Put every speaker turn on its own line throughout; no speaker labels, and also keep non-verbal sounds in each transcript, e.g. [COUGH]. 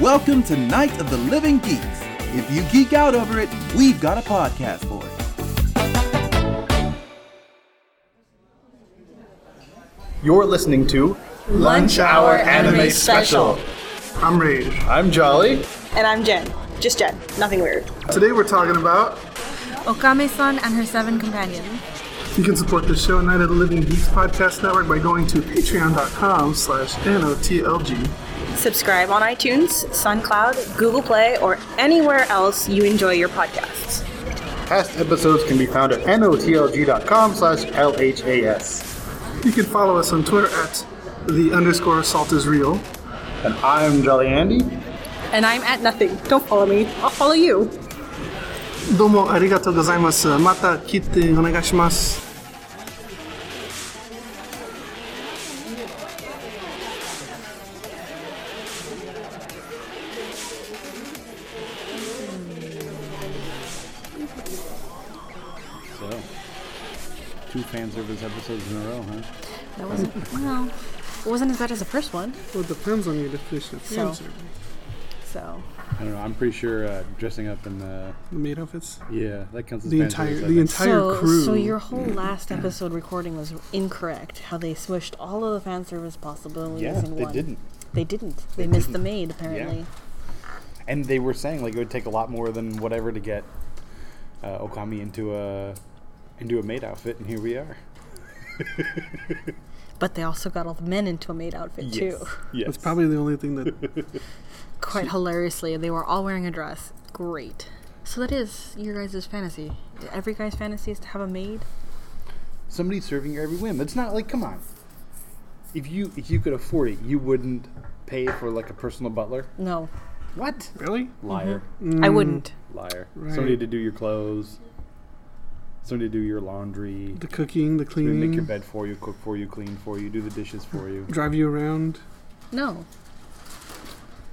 Welcome to Night of the Living Geeks. If you geek out over it, we've got a podcast for it.
You're listening to
Lunch Hour Anime Special.
I'm Rage.
I'm Jolly.
And I'm Jen. Just Jen. Nothing weird.
Today we're talking about
Okame-san and her seven companions.
you can support the show Night of the Living Geeks Podcast Network by going to patreon.com slash N-O-T-L-G.
Subscribe on iTunes, SoundCloud, Google Play, or anywhere else you enjoy your podcasts.
Past episodes can be found at notlg.com slash LHAS.
You can follow us on Twitter at the underscore salt is real.
And I'm Jolly Andy.
And I'm at nothing. Don't follow me. I'll follow you.
どうも arigatou gozaimasu. Mata kite onegashimasu.
So, two fan service episodes in a row, huh?
That wasn't well. It wasn't as bad as the first one.
Well, it depends on your definition of
fan So- service. So
I don't know. I'm pretty sure uh, dressing up in the
The maid outfits.
yeah that counts as
The
fan
entire,
service, I
the
think.
entire
so,
crew.
so your whole last episode recording was incorrect. How they smushed all of the fan service possibilities
yeah
in
they
one.
didn't,
They didn't. They, missed the maid apparently.
and they were saying like it would take a lot more than whatever to get uh, Okami into a into a maid outfit, and here we are.
But they also got all the men into a maid outfit too.
yes.
That's probably the only thing that
Quite hilariously, they were all wearing a dress. Great. So that is your guys' fantasy. Every guy's fantasy is to have a maid.
somebody serving your every whim. It's not like come on. If you if you could afford it, you wouldn't pay for like a personal butler.
No,
What?
really.
Liar.
I wouldn't.
Liar.
Right.
Somebody to do your clothes. Somebody to do your laundry.
The cooking, the
They make your
cleaning,
bed for you, cook for you, clean for you, do the dishes for you.
drive you around.
No,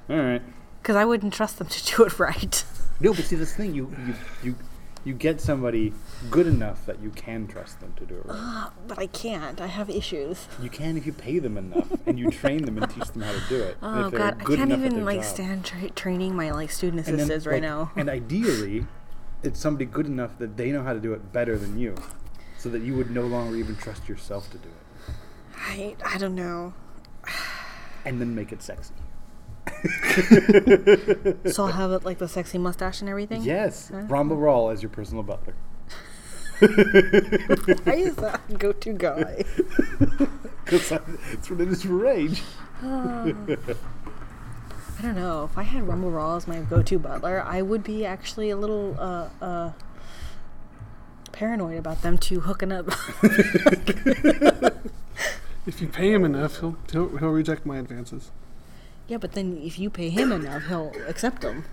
All right.
because I wouldn't trust them to do it right.
No, but see this thing you you you you get somebody good enough that you can trust them to do it. Right.
But I can't. I have issues.
You can if you pay them enough and you train them and teach them how to do it. and
Oh
if they're
god, I
good
can't
enough at
even
their
like
job.
stand tra- training my like student
And then,
assistants right
like,
now.
And ideally, it's somebody good enough that they know how to do it better than you, so that you would no longer even trust yourself to do it,
[LAUGHS] I I don't know.
and then make it sexy.
So I'll have it like the sexy mustache and everything.
Yes, Ramba Rawl as your personal butler.
[LAUGHS]
[LAUGHS]
I is that go-to guy?
'Cause that's what it is for Rage.
I don't know. If I had Rumble Raw as my go-to butler, I would be actually a little uh uh paranoid about them two hooking up. [LAUGHS]
If you pay him enough, he'll he'll, he'll reject my advances.
yeah, but then if you pay him enough, he'll accept them.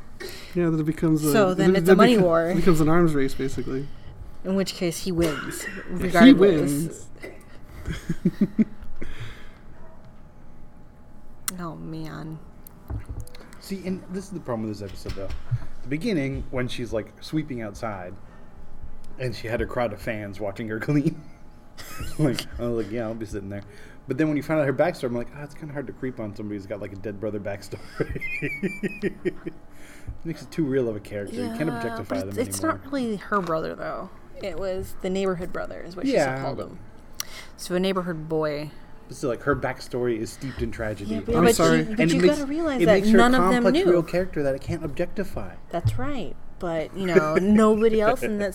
Yeah, then it becomes a,
So then
it-
it's a money
beco-
war.
[LAUGHS] becomes an arms race, basically.
In which case, [LAUGHS] he wins. Regardless.
he wins.
[LAUGHS] oh man.
See, and this is the problem with this episode, though. The beginning, when she's like sweeping outside, and she had a crowd of fans watching her [LAUGHS] clean. like, oh, like yeah, I'll be sitting there. But then when you find out her backstory, I'm like, ah, it's kind of hard to creep on somebody who's got like a dead brother backstory. [LAUGHS] Makes it too real of a character. you can't
Yeah,
objectify
but it's,
them
it's
anymore.
not really her brother though. It was the neighborhood brother is what she
Yeah,
called
but-
him. So a neighborhood boy.
But still, like her backstory is steeped in tragedy.
Yeah, but,
I'm
but
sorry.
you, but
And it
you
makes-
gotta realize
it
that
makes her a
none of them
complex,
knew.
real character that it can't objectify.
That's right. But you know, nobody else in that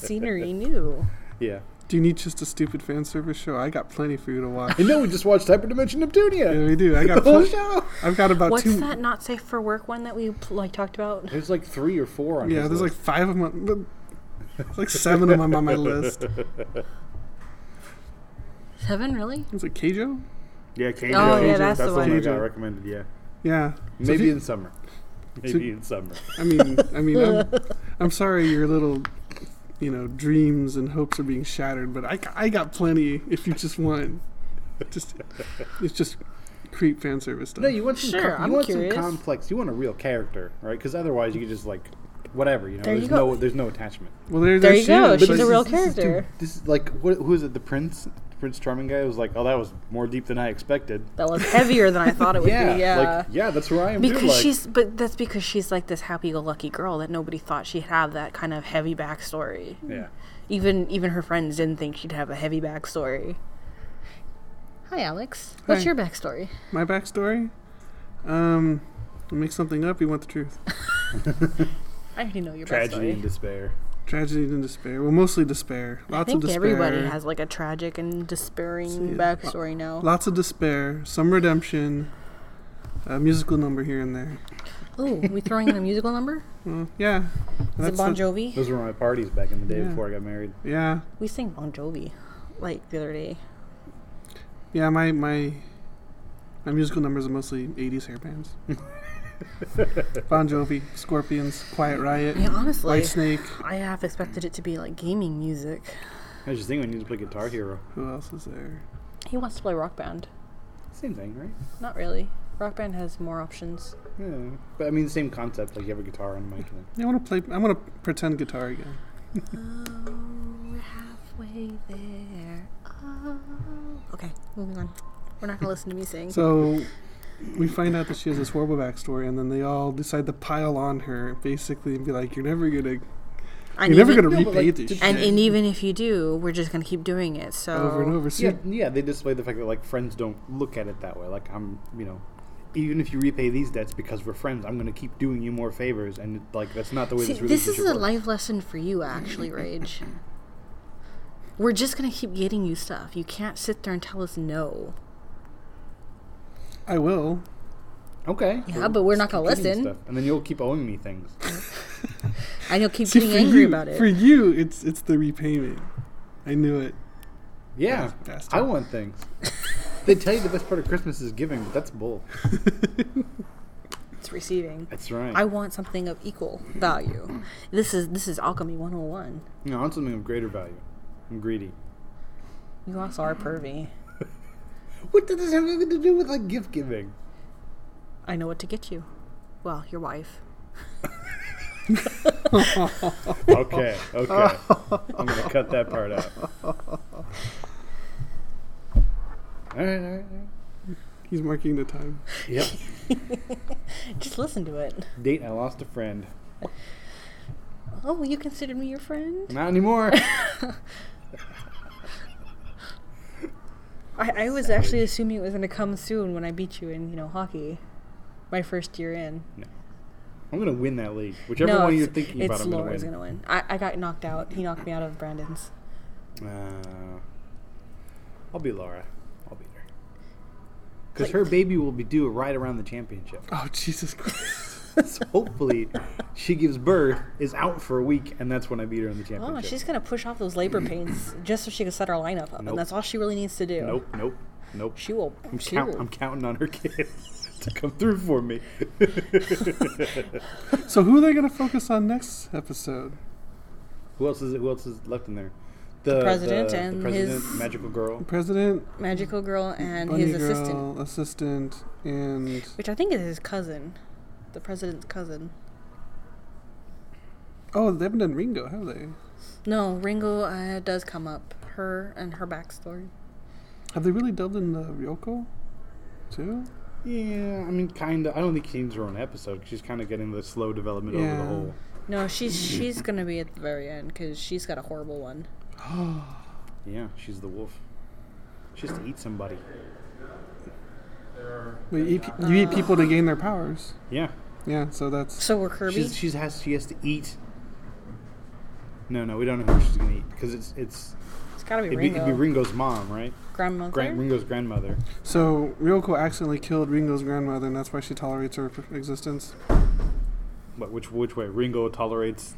[LAUGHS]
scenery knew.
Yeah.
Do you need just a stupid fan service show? I got plenty for you to
[LAUGHS]
watch.
And no, we just watched Hyperdimension Neptunia.
Yeah, we
[LAUGHS]
do. I
the
got
whole
plenty.
show.
I've got about
What's
two.
that not safe for work one that we like talked about?
There's like three or four on
Yeah,
his
there's like
list.
five of them. On, there's like seven of them on my list.
Seven, really?
Is it Keijo?
Yeah, Cajun.
Oh, yeah, that's the one.
I got recommended. Yeah,
Yeah. So if
maybe
you-
in summer. Maybe in summer.
I mean, I mean, I'm, I'm sorry your little, you know, dreams and hopes are being shattered, but I, ca- I got plenty if you just want. Just it's just creep fan service stuff.
No, you want some.
Sure,
com-
I'm
you want
curious.
some complex. You want a real character, right? Because otherwise, you could just like whatever. You know,
There you
there's
go.
no there's no attachment.
well, there,
There
there
you go,
she is,
she's
but
a real
This is- this is
character.
too- This is like what, who is it? The prince, Prince Charming guy was like, "Oh, that was more deep than I expected."
That was heavier than I thought it would
Yeah,
be. Yeah.
like yeah, that's where I am. too,
because
like-
she's, but that's because she's like this happy-go-lucky girl that nobody thought she'd have that kind of heavy backstory.
yeah,
Even even her friends didn't think she'd have a heavy backstory. Hi, Alex. What's
Hi.
your backstory?
My backstory? Um, you make something up, you want the truth.
I already know your
tragedy
backstory.
and despair.
Tragedy and despair. Well, mostly despair.
I
Lots
think
of despair.
everybody has like a tragic and despairing backstory now.
Lots of despair. Some redemption. A musical number here and there.
Oh, we throwing in a musical number?
Well, yeah.
Is it Bon
the-
Jovi?
Those were my parties back in the day
Yeah.
before I got married.
yeah.
We sang Bon Jovi like the other day.
Yeah, my my my musical numbers are mostly 80s hair bands. bon Jovi, Scorpions, Quiet Riot,
Yeah, honestly.
White Snake.
I half expected it to be like gaming music.
I was just thinking we need to play Guitar Hero.
Who else is there?
He wants to play Rock Band.
Same thing, right?
Not really. Rock Band has more options.
Yeah, but I mean, same concept. Like you have a guitar and a mic. And
I want to play. I want to pretend guitar again.
Oh, We're halfway there. Oh. Okay, moving on. We're not gonna listen to me sing.
So we find out that she has this horrible backstory, and then they all decide to pile on her, basically, and be like, "You're never gonna,
and
you're never
even-
gonna
No, but,
repay
like,
this
to-
shit
And, and even if you do, we're just gonna keep doing it. So
over and over." So
yeah, yeah. They display the fact that like friends don't look at it that way. Like I'm, you know, even if you repay these debts because we're friends, I'm going to keep doing you more favors. And like that's not the way
See,
this
this
relationship
is a
works.
life lesson for you, actually, Rage. [LAUGHS] We're just gonna keep getting you stuff. You can't sit there and tell us no.
I will.
Okay.
Yeah, but we're not gonna
Giving you
listen,
stuff, and then you'll keep owing me things. [LAUGHS]
and you'll keep
See,
getting
for
angry
you,
about it.
for you, it's it's the repayment. I knew it. [LAUGHS]
Yeah,
Bastard.
I want [LAUGHS] things. they tell you the best part of Christmas is giving, but that's bull.
It's receiving.
That's right.
I want something of equal value. This is this is alchemy 101.
you know, I want something of greater value. I'm greedy.
You also are pervy.
What does this have anything to do with like gift giving?
I know what to get you. Well, your wife.
Okay, okay. I'm gonna cut that part out. All right, all right.
He's marking the time.
Yep.
Just listen to it.
Date. I lost a friend.
Oh, you considered me your friend?
Not anymore.
I, I was actually assuming it was gonna come soon when I beat you in you know hockey, my first year in.
I'm gonna win that league. Whichever one
it's-
you're thinking about,
it's
I'm gonna win.
Laura's gonna win. I, I got knocked out. He knocked me out of Brandon's.
Uh, I'll be Laura. I'll be her. Because her baby will be due right around the championship.
[LAUGHS]
Oh Jesus Christ!
So hopefully, she gives birth, is out for a week, and that's when I beat her in the
Oh,
championship.
she's gonna push off those labor pains just so she can set our lineup up,
Nope.
and that's all she really needs to do.
Nope, nope, nope.
She will.
I'm,
she
count,
will-
I'm counting on her [LAUGHS] kid to come through for me.
so who are they gonna focus on next episode?
Who else is it? Who else is left in there? The,
president and
president,
his-
magical girl.
President,
magical girl and
bunny
his
girl,
assistant,
assistant, and
which I think is his cousin, the president's cousin.
oh, they haven't done Ringo, have they?
No, Ringo uh, does come up. Her and her backstory.
Have they really delved into Ryoko too?
Yeah, I mean, kind of. I don't think she needs her own episode. 'cause She's kind of getting the slow development over the
Yeah.
whole.
No, she's
Hmm.
she's gonna be at the very end because she's got a horrible one.
Yeah, she's the wolf. She has to eat somebody.
Wait, you, eat, pe- E you eat people to gain their powers.
Yeah,
Yeah, so that's
So we're Kirby.
she's, she's has she has to eat. No, no, we don't know who she's gonna eat because it's it's
it's gotta be
it'd be,
Ringo.
it'd be Ringo's mom, right?
Grandmother.
Gran- Ringo's grandmother.
so Ryoko accidentally killed Ringo's grandmother, and that's why she tolerates her p- existence.
But which which way? Ringo tolerates.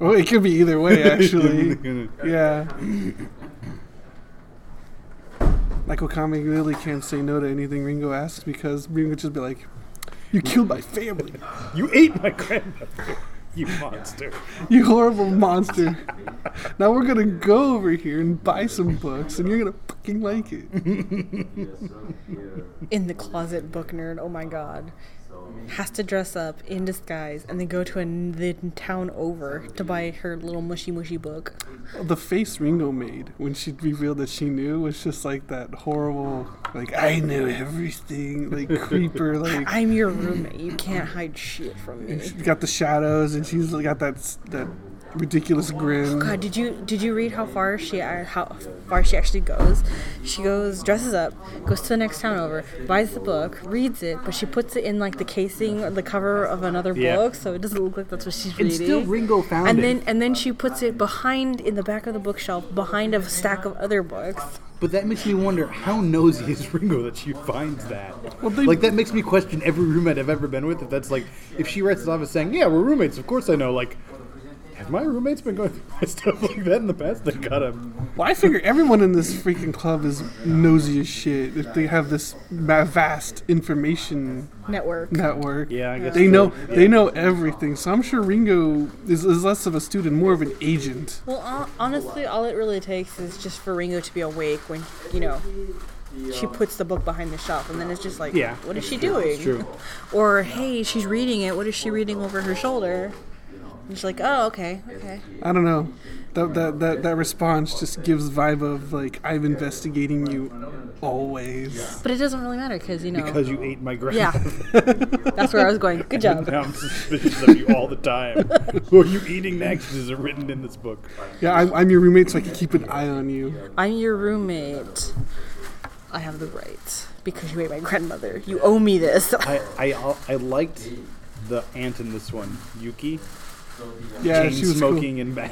Oh, it could be either way, actually. yeah. Like Okami really can't say no to anything Ringo asks because Ringo would just be like, "You killed my family,
you ate my grandmother. [LAUGHS] You monster.
you horrible monster." Now we're gonna go over here and buy some books, and you're gonna fucking like it.
in the closet book nerd. Oh my god. has to dress up in disguise and then go to an, the town over to buy her little mushy mushy book.
The face Ringo made when she revealed that she knew was just like that horrible, like I knew everything,
[LAUGHS]
like creeper, like
I'm your roommate. You can't hide shit from me.
she's got the shadows and she's got that s- that ridiculous grin.
God, Uh, did you did you read how far she a- how far she actually goes? She goes, dresses up, goes to the next town over, buys the book, reads it, but she puts it in like the casing or the cover of another
Yeah.
book, so it doesn't look like that's what she's
And
reading.
still Ringo found
and
it.
then and then she puts it behind in the back of the bookshelf behind a stack of other books.
But that makes me wonder how nosy is Ringo that she finds that.
they-
like that makes me question every roommate I've ever been with. If that's like, if she writes it off as saying, "Yeah, we're roommates," of course I know. Like, have my roommates been going through my [LAUGHS] stuff like that in the past? They gotta.
Well, I figure everyone in this freaking club is nosy as shit if they have this ma- vast information
Network.
network.
Yeah, I guess
they
so.
know they know everything. So I'm sure Ringo is, is less of a student, more of an agent.
Well, hon- honestly, all it really takes is just for Ringo to be awake when you know she puts the book behind the shelf, and then it's just like,
Yeah,
what is
it's
she
true,
doing?
it's true.
Or hey, she's reading it. What is she reading over her shoulder? And she's like, oh, okay, okay.
I don't know. That that that, that response just gives vibe of like I'm investigating you always.
But it doesn't really matter because you know,
Because you ate my grandma.
[LAUGHS] yeah, that's where I was going. Good job.
[LAUGHS] Now I'm suspicious of you all the time. [LAUGHS] Who are you eating next? Is it written in this book?
Yeah, I'm, I'm your roommate, so I can keep an eye on you.
I'm your roommate. I have the right because you ate my grandmother. You owe me this. [LAUGHS]
I I, I liked the aunt in this one, Yuki.
Yeah,
chain
she was cool.
smoking and bad.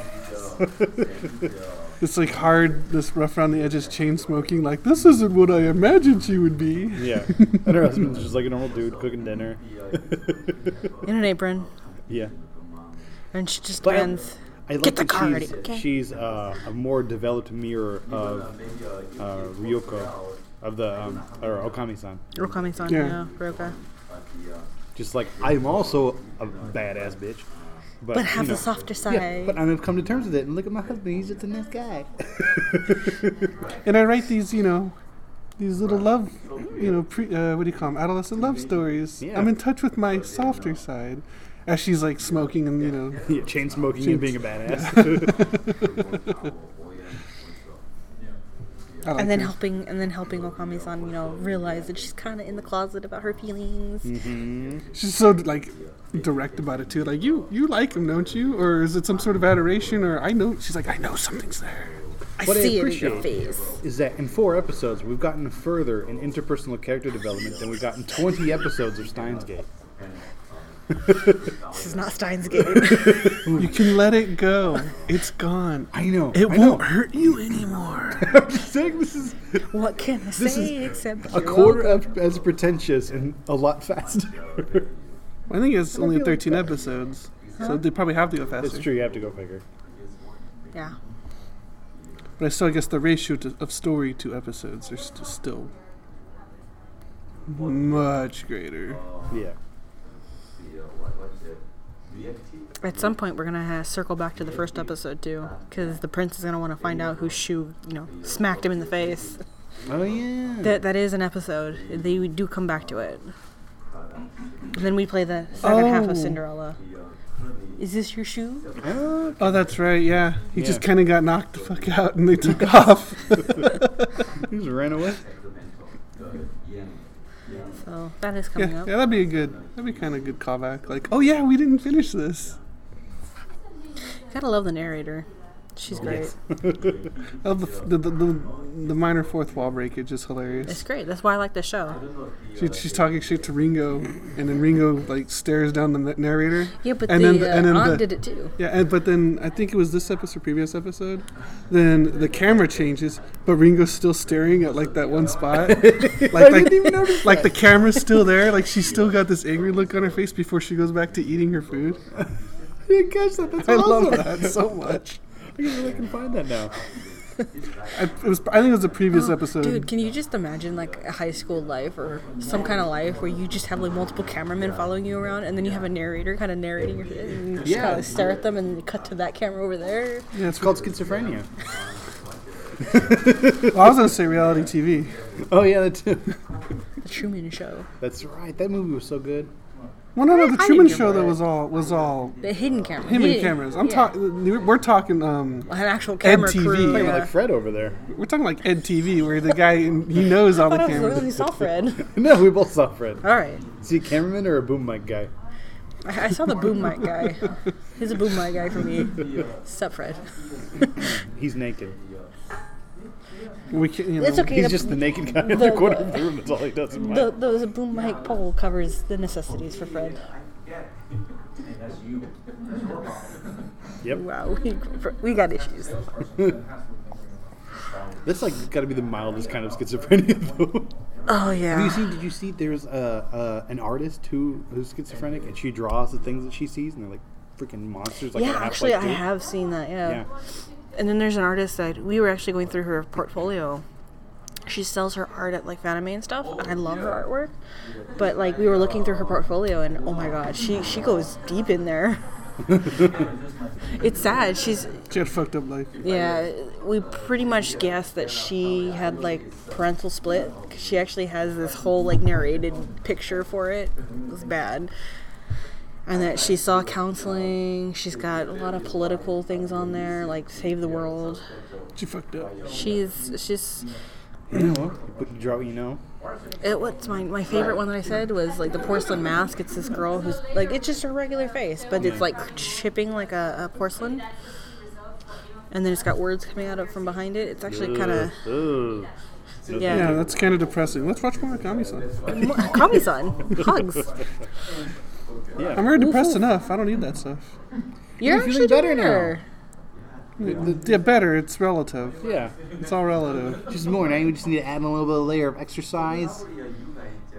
It's like hard, this rough around the edges, chain smoking. Like this isn't what I imagined she would be.
yeah, [LAUGHS] and her husband's just like a normal dude cooking dinner.
In an apron,
Yeah.
and she just
But I-
lands.
I like
Get the
that
car
she's,
ready, okay?
she's uh, a more developed mirror of uh, Ryoko, of the um, or Okami-san.
Rokami-san,
Yeah.
yeah, Roka.
Just like I'm also a badass bitch, but,
But have
you know,
the softer side.
Yeah, but I've come to terms with it, and look at my husband; he's just a nice guy.
And I write these, you know, these little love, you know, pre, uh, what do you call them? Adolescent love stories.
Yeah.
I'm in touch with my softer side. As she's like smoking and, you know,
[LAUGHS] yeah, chain smoking and being a badass.
I like
and then
her.
helping and then helping Okami-san, you know, realize that she's kind of in the closet about her feelings.
Hmm.
she's so like direct about it too. Like you, you like him, don't you? Or is it some sort of adoration? Or I know she's like, I know something's there.
I
What I
see it in your
appreciate-
face.
[LAUGHS] Is that in four episodes we've gotten further in interpersonal character development than we've gotten 20 episodes of Steins Gate.
This is not Steins Gate.
You can let it go. It's gone.
I know.
It
I know.
won't hurt you anymore.
I'm just saying this is
what can I
This
say
is
except
a
you're
quarter
welcome.
of, as pretentious and a lot faster.
[LAUGHS] I think it's only 13 episodes, so they probably have to go faster.
It's true. You have to go figure.
Yeah.
But I still guess the ratio to, of story to episodes are st- still much greater.
Yeah.
At some point, we're gonna ha circle back to the first episode too, because the prince is gonna want to find out who shoe, you know, smacked him in the face.
Oh yeah.
That that is an episode. They do come back to it. And then we play the second half
Oh.
of Cinderella. Is this your shoe?
Oh, that's right. Yeah, he just
Yeah.
kind of got knocked the fuck out, and they took [LAUGHS] off.
He just ran away.
So that is
yeah,
coming
yeah,
up.
that'd be a good. That'd be kind of good callback. Like, oh yeah, we didn't finish this.
Gotta love the narrator. She's great.
Oh, the, f- the, the, the, the minor fourth wall breakage
It's
is hilarious.
great. That's why I like the show.
She, she's talking shit to Ringo, and then Ringo like stares down the na- narrator.
Yeah, but
and
the,
then the-
uh,
and then
aunt
the-
did it too.
Yeah, and, but then I think it was this episode, previous episode. Then the camera changes, but Ringo's still staring at like that
[LAUGHS]
one spot. Like, like, like the camera's still there. Like she's still got this angry look on her face before she goes back to eating her food.
I didn't catch that. That's
I
awesome.
love that so much.
I guess I can find that now.
I, it was, I think it was the previous episode.
Oh, Dude, can you just imagine like a high school life or some kind of life where you just have like multiple cameramen following you around and then you have a narrator kind of narrating your and you just
Yeah.
kind of stare at them and cut to that camera over there.
yeah, it's
It's called schizophrenia.
well, I was gonna say reality TV.
Oh yeah, that too.
The Truman Show.
That's right. That movie was so good.
Well, no, no, the
I
Truman
didn't
Show
remember
though
it.
was all was all
The hidden camera.
him and
Yeah,
cameras. I'm
yeah.
talking. We're talking. Um,
An actual camera
TV.
crew.
Like-
Talking about,
yeah.
like Fred over there. [LAUGHS]
we're talking like Ed TV, where the guy he knows all
[LAUGHS]
the
I was
cameras.
literally saw
[LAUGHS]
Fred.
No, we both saw Fred.
All right.
Is he a cameraman or a boom mic guy?
I, I saw the boom mic guy. He's a boom mic guy for me.
[LAUGHS]
Except Fred.
He's naked.
We can, you know,
It's okay.
He's
The,
just the naked guy in
the-
the corner
[LAUGHS]
of the room. That's all he does. In
the,
my
those boom mic pole covers the necessities for Fred.
Yep.
Wow, we, we got issues.
That's like got to be the mildest kind of schizophrenia. [LAUGHS] Though.
Oh
Have
yeah.
you seen? Did you see? There's uh, uh, an artist who who's schizophrenic, and she draws the things that she sees, and they're like freaking monsters. Like
yeah,
in
actually,
Half-Life
I
2.
have seen that. Yeah.
Yeah.
And then there's an artist that we were actually going through her portfolio. She sells her art at like Fanime and stuff, and I love her artwork. But like we were looking through her portfolio, and oh my god, she she goes deep in there. [LAUGHS] it's sad. She's
she had a fucked up life.
yeah. We pretty much guessed that she had like parental split. 'cause She actually has this whole like narrated picture for it. It was bad. And that she saw counseling. She's got a lot of political things on there, like save the world.
She fucked up.
She's she's
You know what? You put- you draw what you know.
it, what's my my favorite one that I said was like the porcelain mask. It's this girl who's like it's just her regular face, but it's like chipping like a, a porcelain, and then it's got words coming out of from behind it. It's actually kind of
Ooh.
Yeah,
yeah.
that's kind of depressing. Let's watch more Kami-san.
Kami-san,
[LAUGHS]
hugs.
I'm already depressed enough. I don't need that stuff.
You're
You're feeling
actually
better
better
now.
Yeah, better. It's relative.
Yeah.
It's all relative.
Just more. Now we just need to add a little bit of layer of exercise.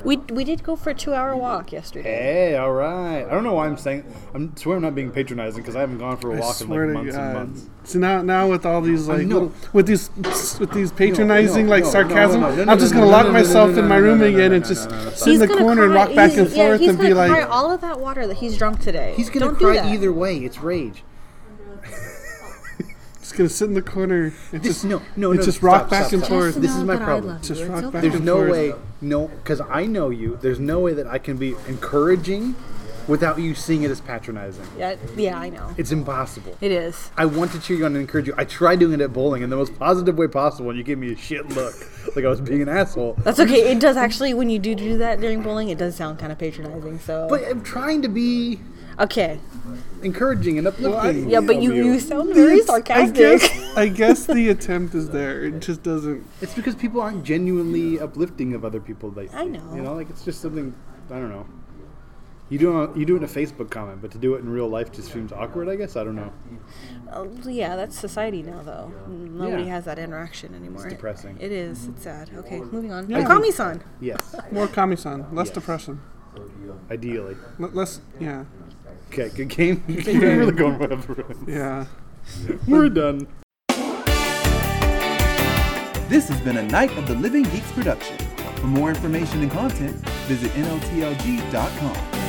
We we did go for a two-hour walk yesterday.
Hey, all right. I don't know why I'm saying. I'm swear I'm not being patronizing because I haven't gone for a
I
walk in like
swear to
months and
God.
months.
So now, now with all these like
no.
little, with these with these patronizing
no,
like
no,
sarcasm,
no, no, no, no,
I'm just
no,
gonna
no,
lock
no, no,
myself
no, no,
in my
no,
room
no, no,
again
no,
and
no,
just
no, no, no,
sit in the
gonna
corner and
cry-
rock back
he's-
and
yeah,
forth
he's
and be
gonna cry
like,
all of that water that he's drunk today.
He's gonna
Don't do
cry
that.
either way. It's rage.
just gonna sit in the corner and
This
just
no, no,
and
no.
just
stop,
rock back
stop,
and
stop.
forth.
This is
know
my
that I
problem.
love
Just
you. It's
rock
okay.
back
There's
and
no
forth.
way, no, because I know you. There's no way that I can be encouraging without you seeing it as patronizing.
Yeah, yeah, I know.
It's impossible.
It is.
I want to cheer you on and encourage you. I tried doing it at bowling in the most positive way possible, and you gave me a shit look, like I was being an asshole.
That's okay. It does actually, when you do do that during bowling, it does sound kind of patronizing. So
But I'm trying to be
okay,
encouraging and uplifting.
yeah, but
of
you you sound very
I
[LAUGHS]
guess
sarcastic.
I guess the attempt is there. It just doesn't.
It's because people aren't genuinely uplifting of other people. Like
I know.
You know, like it's just something. I don't know. You do it on- you do it in a Facebook comment, but to do it in real life just seems awkward. I guess I don't know.
Oh, yeah, that's society now, though. Nobody
Yeah.
has that interaction anymore.
It's depressing.
It is. It's sad. Okay, moving on.
Yeah.
Kami-san.
Yes,
More Kami-san, less
Yes.
depression,
ideally.
L- less. Yeah,
Okay, good game. [LAUGHS] We're really going right up the road.
yeah.
We're done.
This has been a Night of the Living Geeks production. For more information and content, visit NOTLG.com.